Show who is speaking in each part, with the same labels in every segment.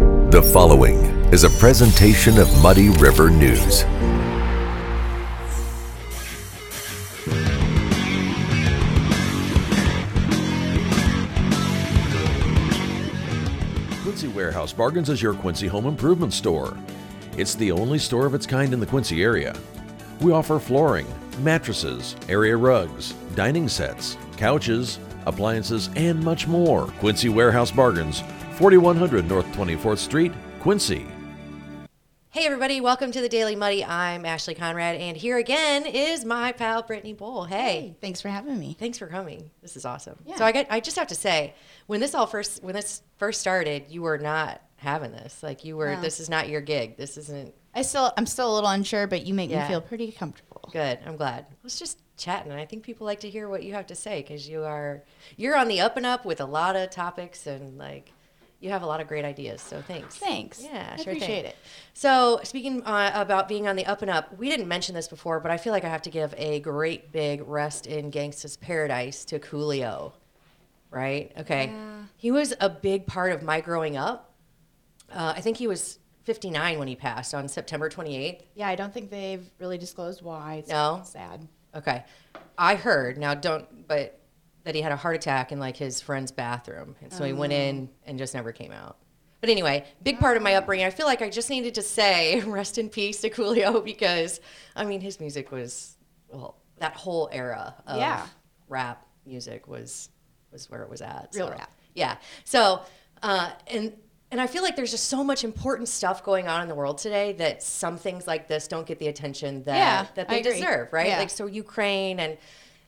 Speaker 1: The following is a presentation of Muddy River News.
Speaker 2: Quincy Warehouse Bargains is your Quincy home improvement store. It's the only store of its kind in the Quincy area. We offer flooring, mattresses, area rugs, dining sets, couches, appliances, and much more. Quincy Warehouse Bargains, 4100 North 24th Street, Quincy.
Speaker 3: Hey everybody, welcome to the Daily Muddy. I'm Ashley Conrad, and here again is my pal Brittany Bull. Hey,
Speaker 4: Hey, thanks for having me.
Speaker 3: thanks for coming. This is awesome.
Speaker 4: Yeah.
Speaker 3: So I got I just have to say, when this all first when this first started, you were not having this. Like you were
Speaker 4: No.
Speaker 3: this is not your gig. This isn't
Speaker 4: I still, I'm still a little unsure, but you make
Speaker 3: Yeah.
Speaker 4: me feel pretty comfortable.
Speaker 3: good. I'm glad. I was just chatting, and I think people like to hear what you have to say because you are you're on the up and up with a lot of topics and like you have a lot of great ideas. So thanks.
Speaker 4: Thanks.
Speaker 3: Yeah,
Speaker 4: I
Speaker 3: sure thing.
Speaker 4: appreciate it.
Speaker 3: So, speaking uh, about being on the up and up, we didn't mention this before, but I feel like I have to give a great big rest in Gangsta's Paradise to Coolio, right? Okay. He was a big part of my growing up. Uh, I think he was 59 when he passed on September 28th.
Speaker 4: Yeah, I don't think they've really disclosed why. It's
Speaker 3: No?
Speaker 4: sad.
Speaker 3: Okay. I heard, now don't, but that he had a heart attack in like his friend's bathroom. And so he went in
Speaker 4: Oh.
Speaker 3: and just never came out. But anyway, big part of my upbringing. I feel like I just needed to say rest in peace to Coolio because, I mean, his music was, well, that whole era of
Speaker 4: Yeah.
Speaker 3: rap music was was where it was at.
Speaker 4: Real
Speaker 3: so-
Speaker 4: rap.
Speaker 3: Yeah. So, uh, and and I feel like there's just so much important stuff going on in the world today that some things like this don't get the attention that
Speaker 4: Yeah,
Speaker 3: that
Speaker 4: I
Speaker 3: they
Speaker 4: agree.
Speaker 3: deserve, right?
Speaker 4: Yeah.
Speaker 3: Like so Ukraine and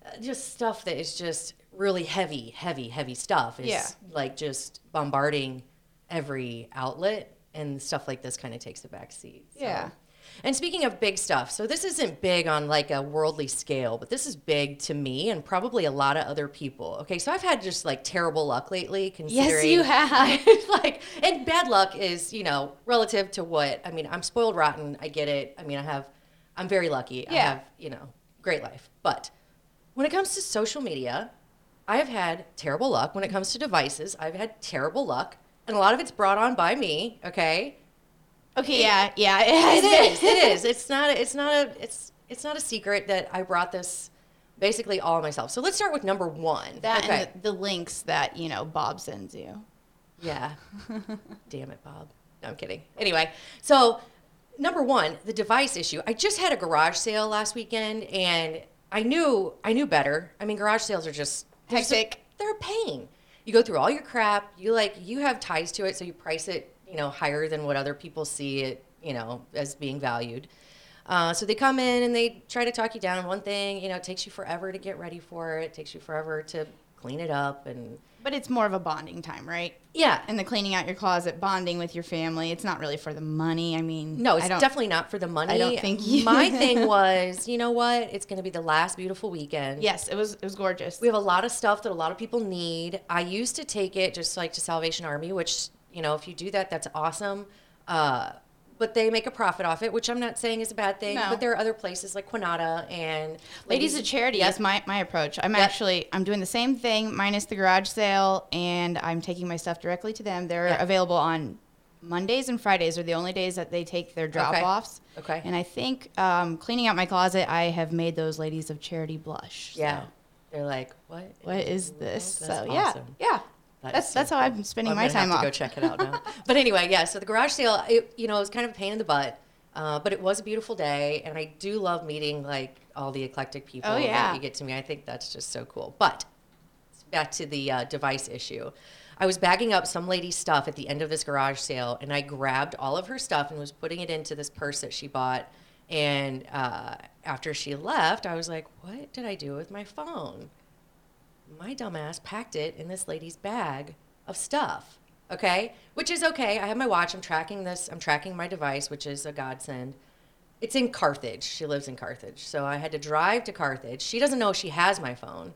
Speaker 3: uh, just stuff that is just really heavy, heavy, heavy stuff is
Speaker 4: Yeah.
Speaker 3: like just bombarding every outlet and stuff like this kind of takes a back seat. so.
Speaker 4: Yeah.
Speaker 3: And speaking of big stuff, so this isn't big on like a worldly scale, but this is big to me and probably a lot of other people. Okay, so I've had just like terrible luck lately. Considering
Speaker 4: you have.
Speaker 3: like, and bad luck is you know relative to what I mean. I'm spoiled rotten. I get it. I mean, I have, I'm very lucky. I
Speaker 4: Yeah.
Speaker 3: have you know great life. But when it comes to social media, I have had terrible luck. When it comes to devices, I've had terrible luck, and a lot of it's brought on by me. Okay,
Speaker 4: Okay, yeah, yeah. It, has
Speaker 3: it is.
Speaker 4: been.
Speaker 3: It is. It's not. It's not a. It's. It's not a secret that I brought this, basically all myself. So let's start with number one.
Speaker 4: That and the, the links that, you know, Bob sends you.
Speaker 3: Yeah. Damn it, Bob. No, I'm kidding. Anyway, so number one, the device issue. I just had a garage sale last weekend, and I knew I knew better. I mean, garage sales are just they're so-
Speaker 4: Hectic.
Speaker 3: They're a pain. You go through all your crap. You like you have ties to it, so you price it, you know, higher than what other people see it, you know, as being valued. Uh, so they come in and they try to talk you down on one thing. You know, it takes you forever to get ready for it. It takes you forever to clean it up, and
Speaker 4: But it's more of a bonding time, right?
Speaker 3: yeah,
Speaker 4: And the cleaning out your closet, bonding with your family. It's not really for the money. I mean,
Speaker 3: No,
Speaker 4: I
Speaker 3: it's
Speaker 4: don't-
Speaker 3: definitely not for the money.
Speaker 4: don't think you-
Speaker 3: My thing was, you know what? It's going to be the last beautiful weekend.
Speaker 4: Yes, it was. It was gorgeous.
Speaker 3: We have a lot of stuff that a lot of people need. I used to take it just like to Salvation Army, which, you know, if you do that, that's awesome. Uh, but they make a profit off it, which I'm not saying is a bad thing.
Speaker 4: No.
Speaker 3: But there are other places like Quinata and
Speaker 4: Ladies of Charity is my, my approach. I'm actually I'm doing the same thing minus the garage sale and I'm taking my stuff directly to them. They're
Speaker 3: Yeah.
Speaker 4: available on Mondays and Fridays are the only days that they take their drop offs.
Speaker 3: Okay.
Speaker 4: And I think um, cleaning out my closet, I have made those ladies of charity blush. So,
Speaker 3: Yeah. They're like, what?
Speaker 4: What is this?
Speaker 3: That's
Speaker 4: so
Speaker 3: awesome.
Speaker 4: yeah, yeah.
Speaker 3: That
Speaker 4: that's
Speaker 3: is so
Speaker 4: that's how I'm spending
Speaker 3: I'm
Speaker 4: my
Speaker 3: gonna
Speaker 4: time
Speaker 3: have
Speaker 4: off.
Speaker 3: to go check it out now. but anyway, yeah. So the garage sale, it, you know, it was kind of a pain in the butt, uh, but it was a beautiful day, and I do love meeting like all the eclectic people
Speaker 4: Oh,
Speaker 3: that
Speaker 4: yeah.
Speaker 3: you get to meet. I think that's just so cool. But back to the uh, device issue. I was bagging up some lady's stuff at the end of this garage sale, and I grabbed all of her stuff and was putting it into this purse that she bought. And uh, after she left, I was like, "What did I do with my phone?" my dumbass packed it in this lady's bag of stuff. Okay, which is okay. I have my watch. I'm tracking this. I'm tracking my device, which is a godsend. It's in Carthage. She lives in Carthage, so I had to drive to Carthage. She doesn't know she has my phone,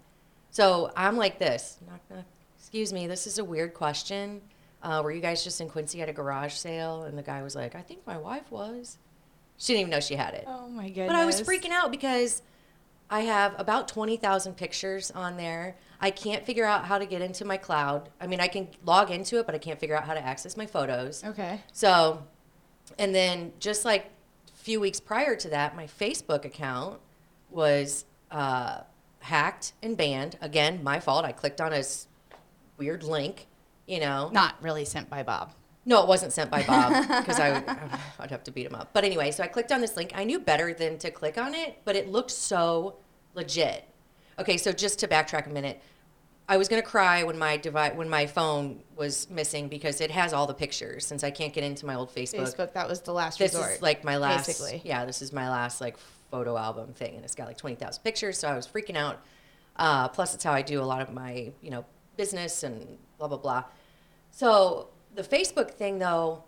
Speaker 3: so I'm like this. Knock knock. Excuse me. This is a weird question. Uh, were you guys just in Quincy at a garage sale? And the guy was like, I think my wife was. She didn't even know she had it.
Speaker 4: Oh my goodness.
Speaker 3: But I was freaking out because I have about 20,000 pictures on there. I can't figure out how to get into my cloud. I mean, I can log into it, but I can't figure out how to access my photos.
Speaker 4: Okay.
Speaker 3: So, and then just like a few weeks prior to that, my Facebook account was uh, hacked and banned. Again, my fault. I clicked on a s- weird link, you know.
Speaker 4: Not really sent by Bob.
Speaker 3: No, it wasn't sent by Bob because I would, I'd have to beat him up. But anyway, so I clicked on this link. I knew better than to click on it, but it looked so legit. Okay, so just to backtrack a minute, I was gonna cry when my device, when my phone was missing because it has all the pictures since I can't get into my old Facebook.
Speaker 4: Facebook, that was the last
Speaker 3: this
Speaker 4: resort.
Speaker 3: is like my last.
Speaker 4: basically.
Speaker 3: Yeah, this is my last like photo album thing, and it's got like twenty thousand pictures. So I was freaking out. Uh, plus, it's how I do a lot of my you know business and blah blah blah. So the Facebook thing though,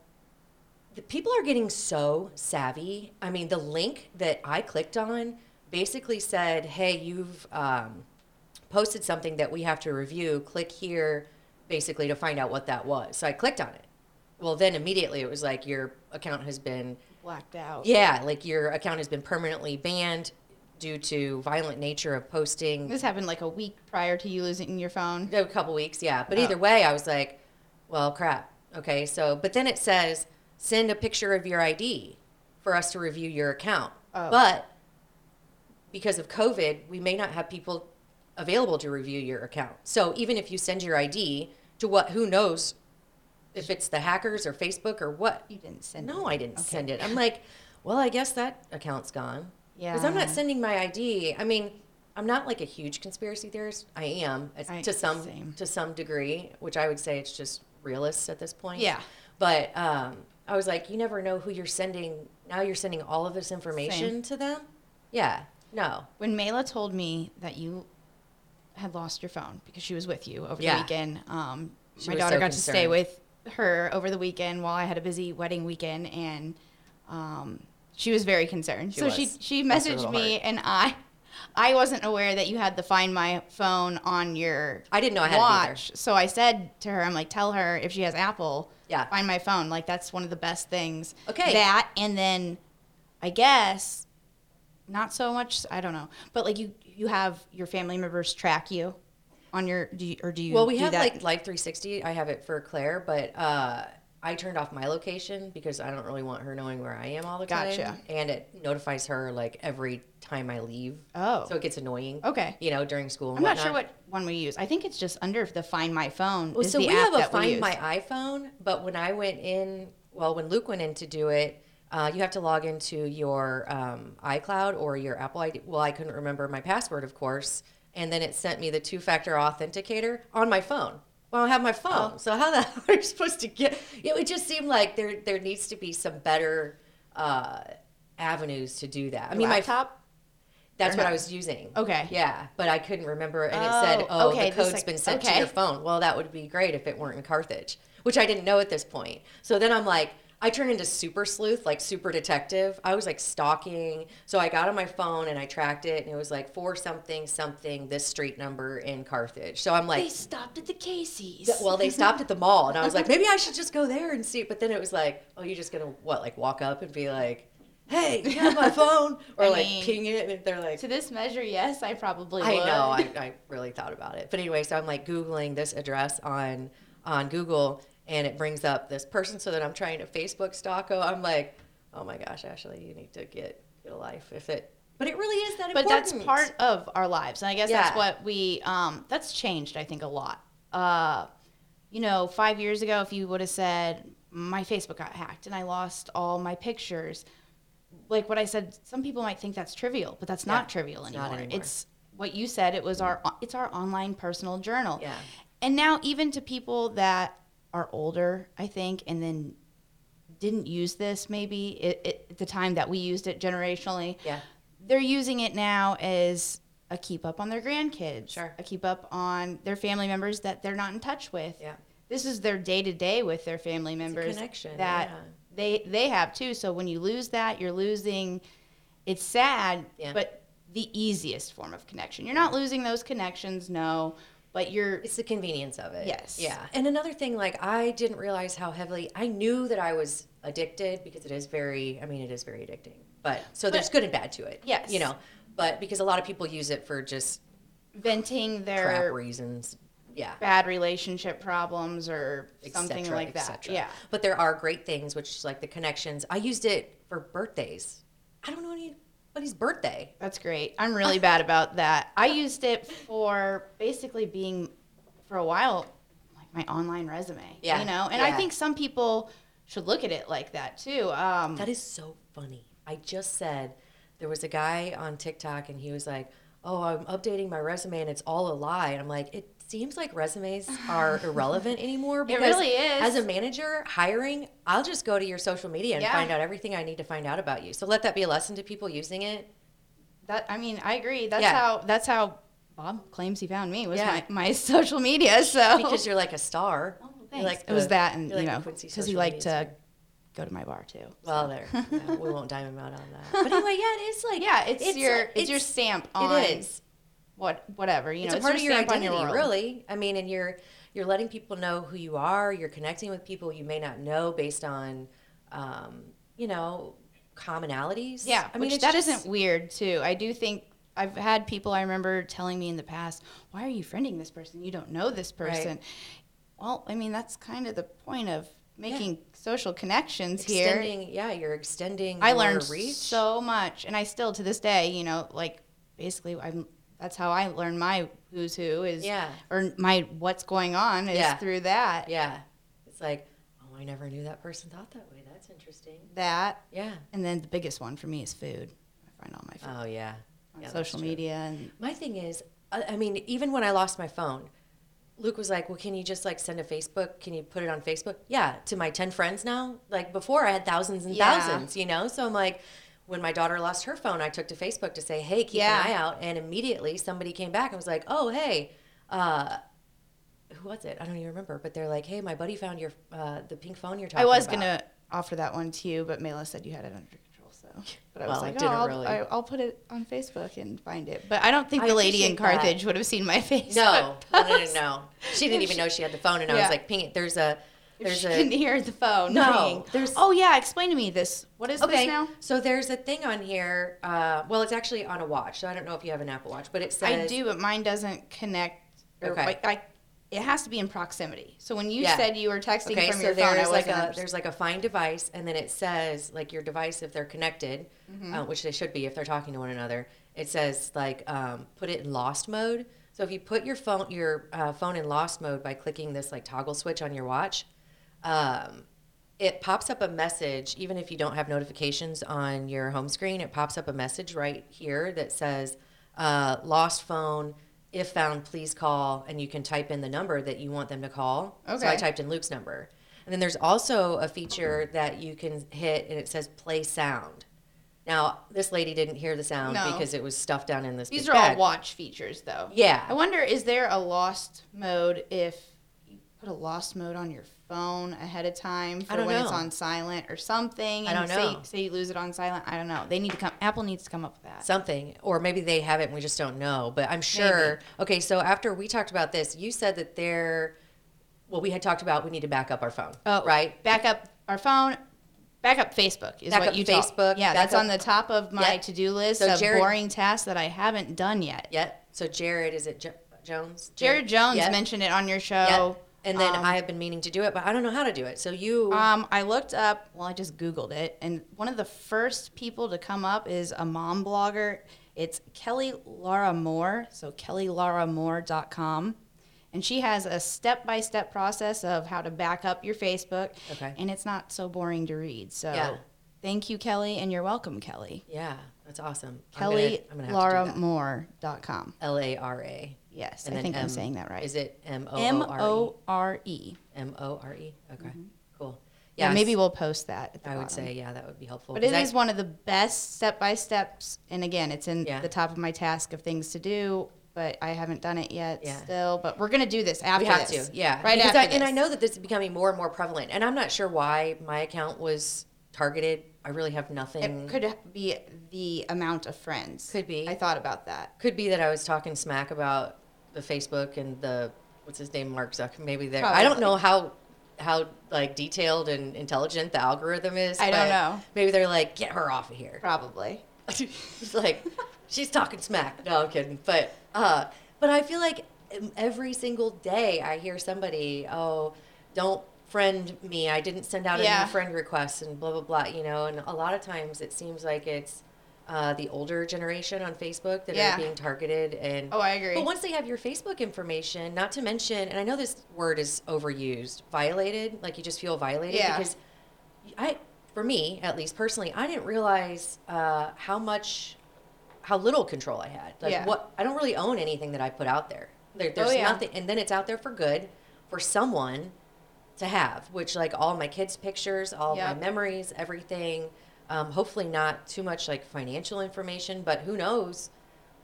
Speaker 3: the people are getting so savvy. I mean, the link that I clicked on basically said, "Hey, you've um, posted something that we have to review. Click here, basically to find out what that was." So I clicked on it. Well, then immediately it was like your account has been
Speaker 4: blacked out.
Speaker 3: yeah, like your account has been permanently banned due to violent nature of posting.
Speaker 4: This happened like a week prior to you losing your phone.
Speaker 3: A couple weeks, yeah. But either way, I was like, well, crap. Okay, so, but then it says send a picture of your ID for us to review your account.
Speaker 4: Oh.
Speaker 3: But because of COVID, we may not have people available to review your account. So even if you send your ID to what, who knows if it's the hackers or Facebook or what,
Speaker 4: You didn't send
Speaker 3: no,
Speaker 4: it.
Speaker 3: I didn't send it. I'm like, well, I guess that account's gone. Because I'm
Speaker 4: Yeah.
Speaker 3: not sending my ID. I mean, I'm not like a huge conspiracy theorist. I am as-
Speaker 4: I-
Speaker 3: to some
Speaker 4: same.
Speaker 3: to some degree, which I would say it's just realists at this point.
Speaker 4: Yeah.
Speaker 3: But um, I was like, you never know who you're sending. Now you're sending all of this information to them. Yeah. No.
Speaker 4: When Mela told me that you had lost your phone because she was with you over
Speaker 3: Yeah.
Speaker 4: the weekend, um,
Speaker 3: She
Speaker 4: my
Speaker 3: was
Speaker 4: daughter
Speaker 3: so
Speaker 4: got to stay
Speaker 3: concerned.
Speaker 4: with her over the weekend while I had a busy wedding weekend, and um, she was very concerned. so she
Speaker 3: was.
Speaker 4: she
Speaker 3: Bless her
Speaker 4: messaged
Speaker 3: little
Speaker 4: me, and I I wasn't aware that you had the Find My Phone on your
Speaker 3: I didn't know I had it either.
Speaker 4: watch. So I said to her, I'm like, tell her if she has Apple,
Speaker 3: Yeah.
Speaker 4: Find My Phone. Like that's one of the best things.
Speaker 3: Okay.
Speaker 4: That and then, I guess not so much i don't know but like you you have your family members track you on your do you, or do you
Speaker 3: Well, we
Speaker 4: do
Speaker 3: have
Speaker 4: that?
Speaker 3: like Life 360. I have it for Claire, but uh, I turned off my location because I don't really want her knowing where I am all the time.
Speaker 4: Gotcha.
Speaker 3: And it notifies her like every time I leave.
Speaker 4: Oh.
Speaker 3: So it gets annoying.
Speaker 4: Okay.
Speaker 3: You know, during school. And
Speaker 4: i'm not
Speaker 3: whatnot.
Speaker 4: sure what one we use i think it's just under the find my phone
Speaker 3: Well,
Speaker 4: Um, is
Speaker 3: so
Speaker 4: the
Speaker 3: we
Speaker 4: app
Speaker 3: have a
Speaker 4: that we
Speaker 3: Find
Speaker 4: use.
Speaker 3: My iPhone, but when I went in, well, when Luke went in to do it, uh, you have to log into your um, iCloud or your Apple ID. Well, I couldn't remember my password, of course, and then it sent me the two-factor authenticator on my phone. Well, I don't have my
Speaker 4: Oh.
Speaker 3: phone, so how the hell are you supposed to get? It would just seem like there there needs to be some better uh, avenues to do that. I mean, my
Speaker 4: laptop
Speaker 3: that's
Speaker 4: Or
Speaker 3: what
Speaker 4: not?
Speaker 3: I was using.
Speaker 4: Okay.
Speaker 3: Yeah, but I couldn't remember, and
Speaker 4: Oh,
Speaker 3: it said, "Oh,
Speaker 4: okay,
Speaker 3: the
Speaker 4: this,
Speaker 3: code's
Speaker 4: like-
Speaker 3: been sent to
Speaker 4: okay.
Speaker 3: your phone." Well, that would be great if it weren't in Carthage, which I didn't know at this point. So then I'm like, I turned into super sleuth, like super detective. I was like stalking. So I got on my phone and I tracked it, and it was like for something something this street number in Carthage. So I'm like,
Speaker 4: they stopped at the casey's
Speaker 3: Th- Well, they stopped at the mall, and I was like, maybe I should just go there and see. But then it was like, oh, you're just gonna what, like walk up and be like, hey, you have my phone, or
Speaker 4: I
Speaker 3: like
Speaker 4: mean-
Speaker 3: ping it, and they're like,
Speaker 4: to this measure yes i probably
Speaker 3: I
Speaker 4: would.
Speaker 3: know. I, I really thought about it. But anyway, so I'm like googling this address on on Google, and it brings up this person. So that I'm trying to Facebook stalko. I'm like, oh my gosh, Ashley, you need to get get a life. If it, but it really is that
Speaker 4: but
Speaker 3: important.
Speaker 4: that's part of our lives and i guess
Speaker 3: Yeah.
Speaker 4: that's what we um that's changed i think a lot uh you know five years ago if you would have said my facebook got hacked and i lost all my pictures like what i said some people might think that's trivial but that's not trivial
Speaker 3: not
Speaker 4: anymore.
Speaker 3: anymore. Mm-hmm.
Speaker 4: it's what you said it was our it's our online personal journal
Speaker 3: Yeah.
Speaker 4: and now even to people that are older i think and then didn't use this maybe it, it, at the time that we used it generationally
Speaker 3: Yeah.
Speaker 4: they're using it now as a keep up on their grandkids,
Speaker 3: Sure.
Speaker 4: a keep up on their family members that they're not in touch with.
Speaker 3: Yeah.
Speaker 4: This is their day to day with their family members
Speaker 3: connection,
Speaker 4: that
Speaker 3: yeah.
Speaker 4: they they have too. So when you lose that, you're losing. It's sad,
Speaker 3: Yeah.
Speaker 4: but the easiest form of connection. You're not losing those connections, no, but you're
Speaker 3: It's the convenience of it.
Speaker 4: Yes.
Speaker 3: Yeah. And another thing, like I didn't realize how heavily I knew that I was addicted because it is very. I mean, it is very addicting. But so there's good and bad to it.
Speaker 4: Yes.
Speaker 3: You know. but because a lot of people use it for just
Speaker 4: venting
Speaker 3: crap
Speaker 4: their
Speaker 3: reasons. Yeah.
Speaker 4: bad relationship problems or
Speaker 3: et
Speaker 4: something
Speaker 3: cetera,
Speaker 4: like
Speaker 3: et
Speaker 4: that.
Speaker 3: cetera.
Speaker 4: Yeah.
Speaker 3: But there are great things, which is like the connections. I used it for birthdays. I don't know anybody's birthday.
Speaker 4: That's great. I'm really bad about that. I used it for basically being for a while like my online resume.
Speaker 3: Yeah,
Speaker 4: You know, and I
Speaker 3: yeah.
Speaker 4: think some people should look at it like that too. Um,
Speaker 3: That is so funny. I just said there was a guy on TikTok and he was like, "Oh, I'm updating my resume and it's all a lie." And I'm like, "It seems like resumes are irrelevant anymore because
Speaker 4: really is.
Speaker 3: as a manager hiring, I'll just go to your social media and
Speaker 4: Yeah.
Speaker 3: find out everything I need to find out about you." So let that be a lesson to people using it.
Speaker 4: that I mean, I agree. That's
Speaker 3: Yeah.
Speaker 4: how that's how Bob claims he found me was
Speaker 3: Yeah.
Speaker 4: my, my social media. So
Speaker 3: Because you're like a star. You're
Speaker 4: Oh. Thanks.
Speaker 3: like
Speaker 4: it was
Speaker 3: the-
Speaker 4: that and
Speaker 3: you're like
Speaker 4: you
Speaker 3: the
Speaker 4: know
Speaker 3: Quincy
Speaker 4: because he
Speaker 3: social
Speaker 4: liked uh,
Speaker 3: media
Speaker 4: to go to my bar too.
Speaker 3: Well, there. yeah, we won't dime him out on that. But anyway, yeah, it is like
Speaker 4: Yeah, it's, your
Speaker 3: a-
Speaker 4: it's, your stamp on
Speaker 3: It is.
Speaker 4: what whatever you
Speaker 3: It's
Speaker 4: know.
Speaker 3: a part of your
Speaker 4: stamp on
Speaker 3: identity,
Speaker 4: world.
Speaker 3: really. I mean, and you're you're letting people know who you are. You're connecting with people you may not know based on, um, you know, commonalities.
Speaker 4: Yeah,
Speaker 3: I mean,
Speaker 4: which
Speaker 3: it's
Speaker 4: that
Speaker 3: just-
Speaker 4: not weird too. I do think I've had people I remember telling me in the past, "Why are you friending this person? You don't know this person." Well, I mean that's kind of the point of making social connections here.
Speaker 3: extending. Yeah, you're extending.
Speaker 4: I
Speaker 3: your
Speaker 4: learned
Speaker 3: reach.
Speaker 4: so much, and I still to this day, you know, like basically I'm. That's how I learn my who's who is,
Speaker 3: Yeah.
Speaker 4: or my what's going on is
Speaker 3: Yeah.
Speaker 4: through that.
Speaker 3: Yeah, it's like, oh, I never knew that person thought that way. That's interesting.
Speaker 4: That,
Speaker 3: Yeah.
Speaker 4: and then the biggest one for me is food. I find all my food
Speaker 3: Oh yeah.
Speaker 4: on
Speaker 3: Yeah, that's
Speaker 4: social
Speaker 3: true.
Speaker 4: media and
Speaker 3: My thing is, I, I mean, even when I lost my phone, Luke was like, "Well, can you just like send a Facebook? Can you put it on Facebook?" Yeah, to my ten friends now. Like before, I had thousands and
Speaker 4: Yeah.
Speaker 3: thousands, you know. So I'm like, when my daughter lost her phone, I took to Facebook to say, "Hey, keep
Speaker 4: Yeah.
Speaker 3: an eye out." And immediately, somebody came back and was like, "Oh, hey." Uh, who was it? I don't even remember. But they're like, "Hey, my buddy found your uh, the pink phone you're talking
Speaker 4: I
Speaker 3: about."
Speaker 4: was gonna offer that one to you, but Mela said you had it under control. So, but I was
Speaker 3: Well,
Speaker 4: like,
Speaker 3: it
Speaker 4: oh,
Speaker 3: didn't
Speaker 4: I'll,
Speaker 3: really-
Speaker 4: I, I'll put it on Facebook and find it. But I don't think
Speaker 3: I
Speaker 4: the lady in
Speaker 3: appreciate that.
Speaker 4: Carthage would have seen my face.
Speaker 3: No, no, no, no, no. She didn't even
Speaker 4: She-
Speaker 3: know she had the phone, and I
Speaker 4: Yeah.
Speaker 3: was like, "Ping it." There's a there's
Speaker 4: She
Speaker 3: a
Speaker 4: couldn't hear the phone.
Speaker 3: No,
Speaker 4: ringing.
Speaker 3: there's-
Speaker 4: Oh yeah, explain to me this. What is this now?
Speaker 3: So there's a thing on here. Uh, well, it's actually on a watch. So I don't know if you have an Apple Watch, but it says
Speaker 4: I do, but mine doesn't connect. Or,
Speaker 3: Okay.
Speaker 4: Like, I, it has to be in proximity. So when you
Speaker 3: Yeah.
Speaker 4: said you were texting
Speaker 3: Okay,
Speaker 4: from
Speaker 3: so
Speaker 4: your phone, I
Speaker 3: there's like
Speaker 4: wasn't.
Speaker 3: a
Speaker 4: underst-
Speaker 3: there's like a find device, and then it says like your device if they're connected,
Speaker 4: Mm-hmm.
Speaker 3: uh, which they should be if they're talking to one another. It says like um, put it in lost mode. So if you put your phone your uh, phone in lost mode by clicking this like toggle switch on your watch, um, it pops up a message even if you don't have notifications on your home screen it pops up a message right here that says uh, lost phone if found please call and you can type in the number that you want them to call so i
Speaker 4: Okay.
Speaker 3: typed in luke's number and then there's also a feature that you can hit and it says play sound now this lady didn't hear the sound
Speaker 4: No.
Speaker 3: because it was stuffed down in this
Speaker 4: These
Speaker 3: big
Speaker 4: are all
Speaker 3: bag.
Speaker 4: watch features, though.
Speaker 3: Yeah.
Speaker 4: I wonder, is there a lost mode if you put a lost mode on your phone ahead of time for
Speaker 3: don't
Speaker 4: when it's
Speaker 3: know.
Speaker 4: on silent or something?
Speaker 3: I
Speaker 4: and
Speaker 3: don't
Speaker 4: say,
Speaker 3: know.
Speaker 4: Say you lose it on silent. I don't know. They need to come. Apple needs to come up with that.
Speaker 3: something or maybe they have it and we just don't know but i'm sure okay so after we talked about this you said that there well we had talked about we need to back up our phone right
Speaker 4: oh, Back up our phone. Back up Facebook is
Speaker 3: Back
Speaker 4: what
Speaker 3: up
Speaker 4: you taught.
Speaker 3: Facebook,
Speaker 4: Yeah,
Speaker 3: back
Speaker 4: that's
Speaker 3: up-
Speaker 4: on the top of my
Speaker 3: Yep.
Speaker 4: to do list
Speaker 3: So
Speaker 4: of
Speaker 3: Jared-
Speaker 4: boring tasks that I haven't done yet.
Speaker 3: yep so jared is it jo- jones
Speaker 4: Jared Jones
Speaker 3: Yep.
Speaker 4: mentioned it on your show.
Speaker 3: Yep. and then
Speaker 4: um,
Speaker 3: i have been meaning to do it but i don't know how to do it so you
Speaker 4: Um, I looked up. Well, I just Googled it, and one of the first people to come up is a mom blogger. It's Kelly Lara Moore, so kellylauramoore.com, and she has a step-by-step process of how to back up your Facebook.
Speaker 3: Okay.
Speaker 4: And it's not so boring to read. So,
Speaker 3: Yeah.
Speaker 4: thank you, Kelly, and you're welcome, Kelly.
Speaker 3: yeah that's awesome
Speaker 4: Kelly
Speaker 3: i'm gonna, I'm gonna have
Speaker 4: Lara
Speaker 3: to do
Speaker 4: Moore.com.
Speaker 3: that. l-a-r-a
Speaker 4: Yes,
Speaker 3: and
Speaker 4: I
Speaker 3: then
Speaker 4: think i I'm
Speaker 3: M-
Speaker 4: saying that right.
Speaker 3: is it
Speaker 4: M
Speaker 3: m-o-o-r-e
Speaker 4: O R E?
Speaker 3: m-o-r-e okay cool
Speaker 4: Yeah,
Speaker 3: Yes.
Speaker 4: maybe we'll post that. At the
Speaker 3: i would
Speaker 4: bottom.
Speaker 3: say yeah that would be helpful
Speaker 4: But
Speaker 3: 'cause
Speaker 4: it
Speaker 3: I-
Speaker 4: is one of the best step by steps. And again, it's in
Speaker 3: Yeah.
Speaker 4: the top of my task of things to do, but I haven't done it yet
Speaker 3: Yeah.
Speaker 4: still. But we're going to do this after
Speaker 3: We have
Speaker 4: this.
Speaker 3: to, yeah.
Speaker 4: Right
Speaker 3: because
Speaker 4: after
Speaker 3: I, And I
Speaker 4: this.
Speaker 3: know that this is becoming more and more prevalent. And I'm not sure why my account was targeted. I really have nothing.
Speaker 4: it could be the amount of friends.
Speaker 3: Could be.
Speaker 4: I thought about that.
Speaker 3: Could be that I was talking smack about the Facebook and the what's his name, Mark Zuck. Maybe there. I don't
Speaker 4: Probably.
Speaker 3: know how how like detailed and intelligent the algorithm is.
Speaker 4: I don't
Speaker 3: but
Speaker 4: know.
Speaker 3: Maybe they're like, get her off of here.
Speaker 4: Probably.
Speaker 3: it's like she's talking smack. No, I'm kidding. But uh, but I feel like every single day I hear somebody, oh, don't friend me. I didn't send out a
Speaker 4: Yeah.
Speaker 3: new friend request and blah blah blah. You know, and a lot of times it seems like it's uh, the older generation on Facebook that
Speaker 4: Yeah.
Speaker 3: are being targeted and
Speaker 4: Oh, I agree.
Speaker 3: But once they have your Facebook information, not to mention, and I know this word is overused, violated. Like you just feel violated
Speaker 4: Yeah.
Speaker 3: because I, for me at least personally, I didn't realize uh, how much, how little control I had. Like
Speaker 4: Yeah. Oh,
Speaker 3: what I don't really own anything that I put out there. there there's
Speaker 4: yeah.
Speaker 3: nothing, and then it's out there for good, for someone to have. Which like all my kids' pictures, all
Speaker 4: Yep.
Speaker 3: my memories, everything. Um, hopefully not too much like financial information, but who knows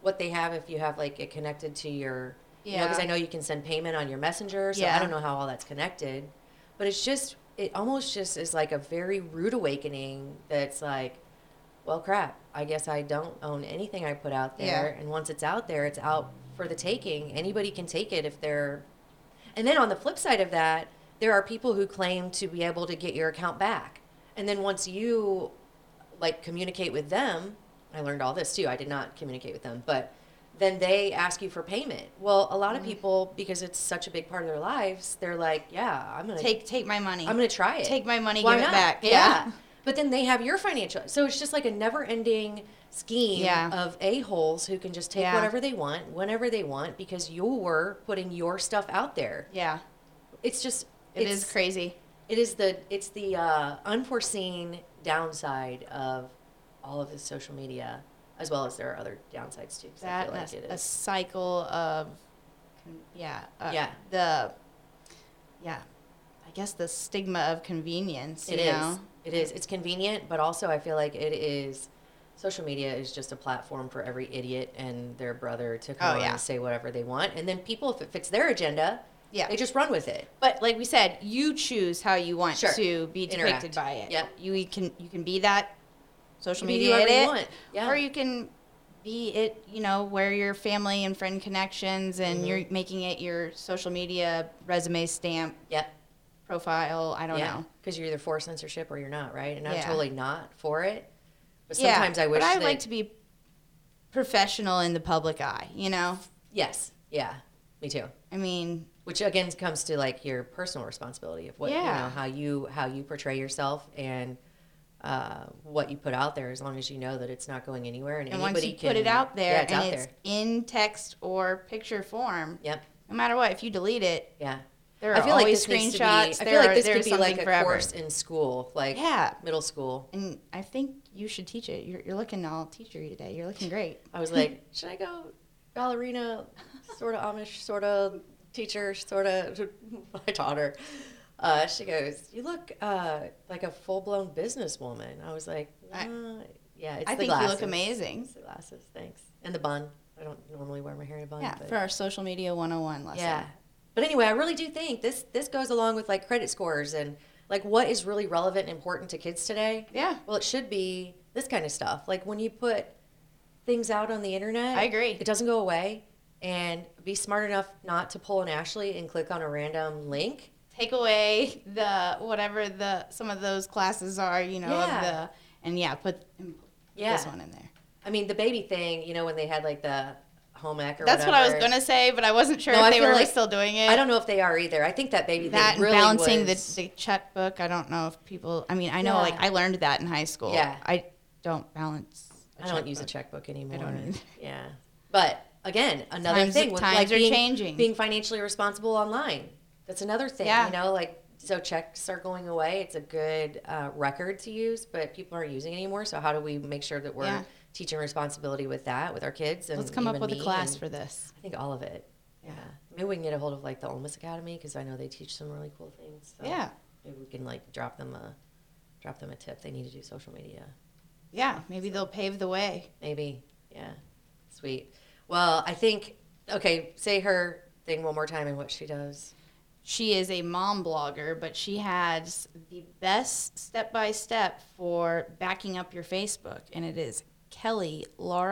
Speaker 3: what they have if you have like it connected to your. Yeah. Because
Speaker 4: Yeah.
Speaker 3: I know you can send payment on your messenger, so I
Speaker 4: Yeah.
Speaker 3: don't know how all that's connected. But it's just, it almost just is like a very rude awakening that's like, well, crap, I guess I don't own anything I put out there.
Speaker 4: Yeah.
Speaker 3: And once it's out there, it's out for the taking. Anybody can take it if they're. And then on the flip side of that, there are people who claim to be able to get your account back. And then once you like communicate with them, I learned all this too. I did not communicate with them, but then they ask you for payment. Well, a
Speaker 4: Mm-hmm.
Speaker 3: lot of people because it's such a big part of their lives, they're like, yeah, I'm going to
Speaker 4: Take take my money.
Speaker 3: I'm going to try it.
Speaker 4: Take my money,
Speaker 3: Why
Speaker 4: give it
Speaker 3: not?
Speaker 4: back.
Speaker 3: Yeah.
Speaker 4: Yeah.
Speaker 3: But then they have your financial. So it's just like a never-ending scheme
Speaker 4: Yeah.
Speaker 3: of a-holes who can just take
Speaker 4: Yeah.
Speaker 3: whatever they want, whenever they want because you're putting your stuff out there.
Speaker 4: Yeah.
Speaker 3: It's just
Speaker 4: It
Speaker 3: it's,
Speaker 4: is crazy.
Speaker 3: It is the it's the uh, unforeseen downside of all of this social media as well as there are other downsides too. 'cause I
Speaker 4: That
Speaker 3: feel
Speaker 4: that's
Speaker 3: like it
Speaker 4: a
Speaker 3: is.
Speaker 4: cycle of con- yeah, uh,
Speaker 3: Yeah.
Speaker 4: the yeah. I guess the stigma of convenience,
Speaker 3: It
Speaker 4: you
Speaker 3: is.
Speaker 4: know.
Speaker 3: It is. It's convenient, but also I feel like it is. Social media is just a platform for every idiot and their brother to come
Speaker 4: Oh,
Speaker 3: on
Speaker 4: yeah.
Speaker 3: and say whatever they want, and then people, if it fits their agenda,
Speaker 4: Yeah.
Speaker 3: they just run with it.
Speaker 4: But like we said, you choose how you want
Speaker 3: Sure.
Speaker 4: to be depicted
Speaker 3: Interact.
Speaker 4: by it.
Speaker 3: Yep.
Speaker 4: You e, can you can be that social
Speaker 3: You can be
Speaker 4: media
Speaker 3: whoever you
Speaker 4: it,
Speaker 3: want. Yeah.
Speaker 4: or you can be it. You know where your family and friend connections, and
Speaker 3: Mm-hmm.
Speaker 4: you're making it your social media resume stamp
Speaker 3: Yep.
Speaker 4: profile. I don't
Speaker 3: yeah.
Speaker 4: know.
Speaker 3: Because you're either for censorship or you're not, right? And I'm
Speaker 4: Yeah.
Speaker 3: totally not for it. But sometimes I wish
Speaker 4: but I
Speaker 3: that,
Speaker 4: would like to be professional in the public eye. You know,
Speaker 3: Yes. Yeah. Me too.
Speaker 4: I mean,
Speaker 3: which again comes to like your personal responsibility of what you
Speaker 4: Yeah.
Speaker 3: know how you how you portray yourself and uh, what you put out there as long as you know that it's not going anywhere and,
Speaker 4: and once
Speaker 3: anybody
Speaker 4: you
Speaker 3: can
Speaker 4: put it out there
Speaker 3: yeah, it's
Speaker 4: and
Speaker 3: out
Speaker 4: it's
Speaker 3: there
Speaker 4: in text or picture form,
Speaker 3: yep
Speaker 4: no matter what, if you delete it,
Speaker 3: yeah
Speaker 4: There are always
Speaker 3: needs to be-
Speaker 4: screenshots.
Speaker 3: I feel
Speaker 4: There
Speaker 3: like
Speaker 4: are-
Speaker 3: this
Speaker 4: there
Speaker 3: could
Speaker 4: is
Speaker 3: be like
Speaker 4: something
Speaker 3: a
Speaker 4: forever.
Speaker 3: course in school like
Speaker 4: Yeah.
Speaker 3: middle school
Speaker 4: and I think you should teach it. You're, you're looking all teachery today. You're looking great.
Speaker 3: I was like should I go ballerina sort of Amish sort of teacher sort of my daughter uh, she goes you look uh, like a full blown businesswoman I was like
Speaker 4: I-
Speaker 3: "Uh, yeah it's
Speaker 4: I
Speaker 3: the
Speaker 4: think you
Speaker 3: glasses.
Speaker 4: look amazing.
Speaker 3: The glasses, thanks. And the bun. I don't normally wear my hair in a bun.
Speaker 4: Yeah,
Speaker 3: but,
Speaker 4: for our social media 101 lesson.
Speaker 3: yeah. But anyway, I really do think this this goes along with like credit scores and like what is really relevant and important to kids today.
Speaker 4: Yeah.
Speaker 3: Well, it should be this kind of stuff. Like when you put things out on the internet,
Speaker 4: I agree.
Speaker 3: It doesn't go away. And be smart enough not to pull an Ashley and click on a random link.
Speaker 4: Take away the whatever the some of those classes are, you know, of
Speaker 3: Yeah.
Speaker 4: the and yeah, put and put
Speaker 3: Yeah.
Speaker 4: this one in there.
Speaker 3: I mean, the baby thing, you know, when they had like the home ec or
Speaker 4: That's what I was
Speaker 3: whatever.
Speaker 4: gonna say, but I wasn't sure
Speaker 3: No, I
Speaker 4: if they
Speaker 3: feel
Speaker 4: were
Speaker 3: like-
Speaker 4: still doing it.
Speaker 3: I don't know if they are either. I think that baby
Speaker 4: that
Speaker 3: thing really
Speaker 4: and balancing
Speaker 3: was,
Speaker 4: the, the checkbook. I don't know if people. I mean, I know
Speaker 3: Yeah.
Speaker 4: like I learned that in high school.
Speaker 3: Yeah.
Speaker 4: I don't balance. I
Speaker 3: I don't use a checkbook anymore.
Speaker 4: either.
Speaker 3: Yeah. But again, another
Speaker 4: Times-
Speaker 3: thing with like
Speaker 4: times are
Speaker 3: being,
Speaker 4: changing.
Speaker 3: being financially responsible online. That's another thing,
Speaker 4: Yeah.
Speaker 3: you know, like so checks are going away. It's a good uh, record to use, but people aren't using it anymore. So how do we make sure that we're
Speaker 4: Yeah.
Speaker 3: teaching responsibility with that with our kids? And
Speaker 4: Let's come up
Speaker 3: even
Speaker 4: with a
Speaker 3: me
Speaker 4: class
Speaker 3: and
Speaker 4: for this.
Speaker 3: I think all of it. Yeah. Maybe we can get a hold of like the Olmus Academy because I know they teach some really cool things. So
Speaker 4: Yeah.
Speaker 3: Maybe we can like drop them a drop them a tip. They need to do social media.
Speaker 4: Yeah, maybe they'll pave the way.
Speaker 3: Maybe. Yeah. Sweet. Well, I think okay, say her thing one more time and what she does.
Speaker 4: she is a mom blogger, but she has the best step by step for backing up your Facebook, and it is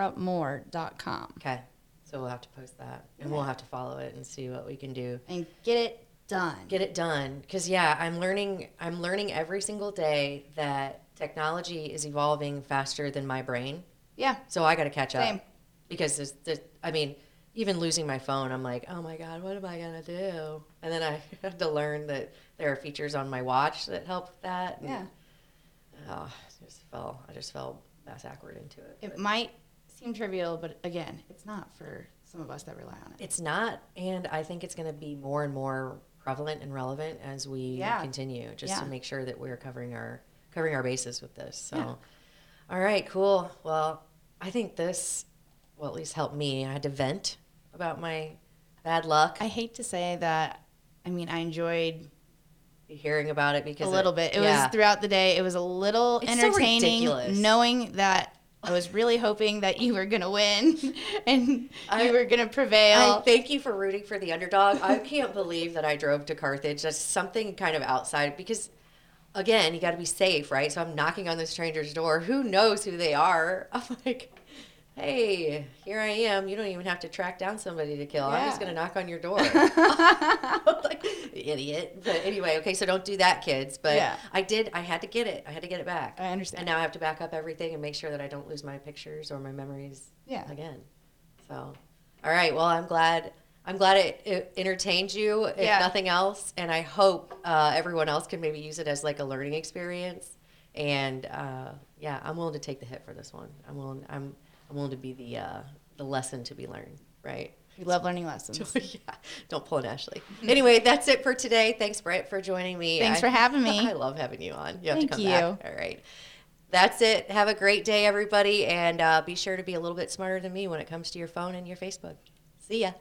Speaker 4: kellylauramoore.com.
Speaker 3: Okay. So we'll have to post that and we'll have to follow it and see what we can do.
Speaker 4: And get it done.
Speaker 3: Get it done cuz yeah, I'm learning I'm learning every single day that technology is evolving faster than my brain.
Speaker 4: yeah,
Speaker 3: So I got to catch up.
Speaker 4: Same.
Speaker 3: because there's, there's, I mean, even losing my phone, I'm like, oh my god, what am I gonna do? And then I had to learn that there are features on my watch that help with that. and-
Speaker 4: Yeah.
Speaker 3: Oh, I just fell. I just fell ass backward into it.
Speaker 4: It might seem trivial, but again, it's not for some of us that rely on it.
Speaker 3: It's not, and I think it's going to be more and more prevalent and relevant as we
Speaker 4: Yeah.
Speaker 3: continue, just to
Speaker 4: Yeah.
Speaker 3: make sure that we're covering our covering our bases with this. So,
Speaker 4: Yeah.
Speaker 3: all right, cool. Well, I think this will at least help me. I had to vent about my bad luck,
Speaker 4: I hate to say that. I mean, I enjoyed
Speaker 3: hearing about it because
Speaker 4: a little bit. It
Speaker 3: yeah.
Speaker 4: was throughout the day. It was a little
Speaker 3: It's so
Speaker 4: entertaining,
Speaker 3: ridiculous.
Speaker 4: knowing that I was really hoping that you were gonna win and
Speaker 3: I-
Speaker 4: you were gonna
Speaker 3: I
Speaker 4: prevail.
Speaker 3: thank you for rooting for the underdog. I can't believe that I drove to Carthage. That's something kind of outside because, again, you got to be safe, right? So I'm knocking on the stranger's door. Who knows who they are? I'm like, hey, here I am. You don't even have to track down somebody to kill. I'm just
Speaker 4: Yeah.
Speaker 3: going to knock on your door. like, idiot. But anyway, okay, so don't do that, kids. But
Speaker 4: Yeah.
Speaker 3: I did, I had to get it. I had to get it back.
Speaker 4: I understand.
Speaker 3: And now I have to back up everything and make sure that I don't lose my pictures or my memories
Speaker 4: Yeah.
Speaker 3: again. So, all right. Well, I'm glad. I'm glad it, it entertained you, if
Speaker 4: Yeah.
Speaker 3: nothing else. And I hope uh, everyone else can maybe use it as like a learning experience. And uh, yeah, I'm willing to take the hit for this one. I'm willing. I'm I'm willing to be the uh, the lesson to be learned. Right.
Speaker 4: we love learning lessons.
Speaker 3: yeah. Don't pull an Ashley. Anyway, that's it for today. Thanks, Britt, for joining me.
Speaker 4: Thanks
Speaker 3: I-
Speaker 4: for having me.
Speaker 3: I love having you on. You have
Speaker 4: Thank
Speaker 3: to come
Speaker 4: you.
Speaker 3: back. All right. That's it. Have a great day, everybody. And uh, be sure to be a little bit smarter than me when it comes to your phone and your Facebook. See ya.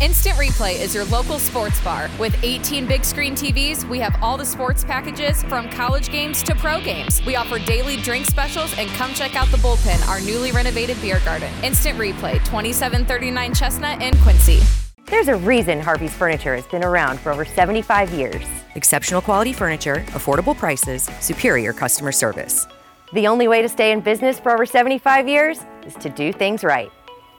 Speaker 5: Instant Replay is your local sports bar. With 18 big screen TVs, we have all the sports packages from college games to pro games. We offer daily drink specials and come check out the bullpen, our newly renovated beer garden. Instant Replay, 2739 Chestnut and Quincy.
Speaker 6: There's a reason Harvey's Furniture has been around for over 75 years.
Speaker 7: Exceptional quality furniture, affordable prices, superior customer service.
Speaker 6: The only way to stay in business for over 75 years is to do things right.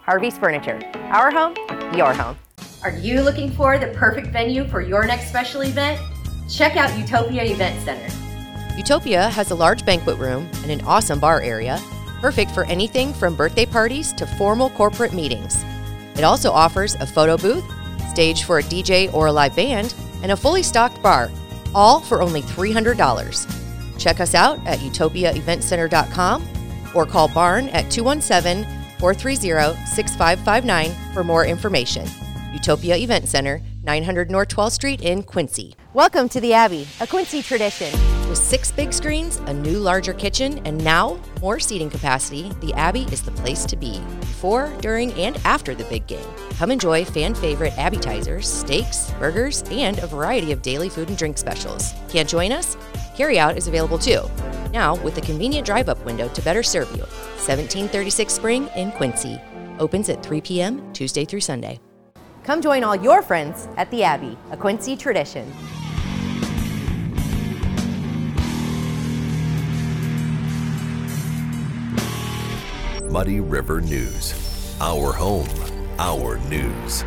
Speaker 6: Harvey's Furniture, our home, your home. Are you looking for the perfect venue for your next special event? Check out Utopia Event Center.
Speaker 3: Utopia has a large banquet room and an awesome bar area, perfect for anything from birthday parties to formal corporate meetings. It also offers a photo booth, stage for a DJ or a live band, and a fully stocked bar, all for only $300. Check us out at utopiaeventcenter.com or call Barn at 217 430 6559 for more information. Utopia Event Center, 900 North 12th Street in Quincy.
Speaker 6: Welcome to the Abbey, a Quincy tradition.
Speaker 3: With six big screens, a new larger kitchen, and now more seating capacity, the Abbey is the place to be before, during, and after the big game. Come enjoy fan favorite appetizers, steaks, burgers, and a variety of daily food and drink specials. Can't join us? Carryout is available too. Now with a convenient drive up window to better serve you. 1736 Spring in Quincy. Opens at 3 p.m. Tuesday through Sunday.
Speaker 6: Come join all your friends at the Abbey, a Quincy tradition.
Speaker 1: Muddy River News. Our home, our news.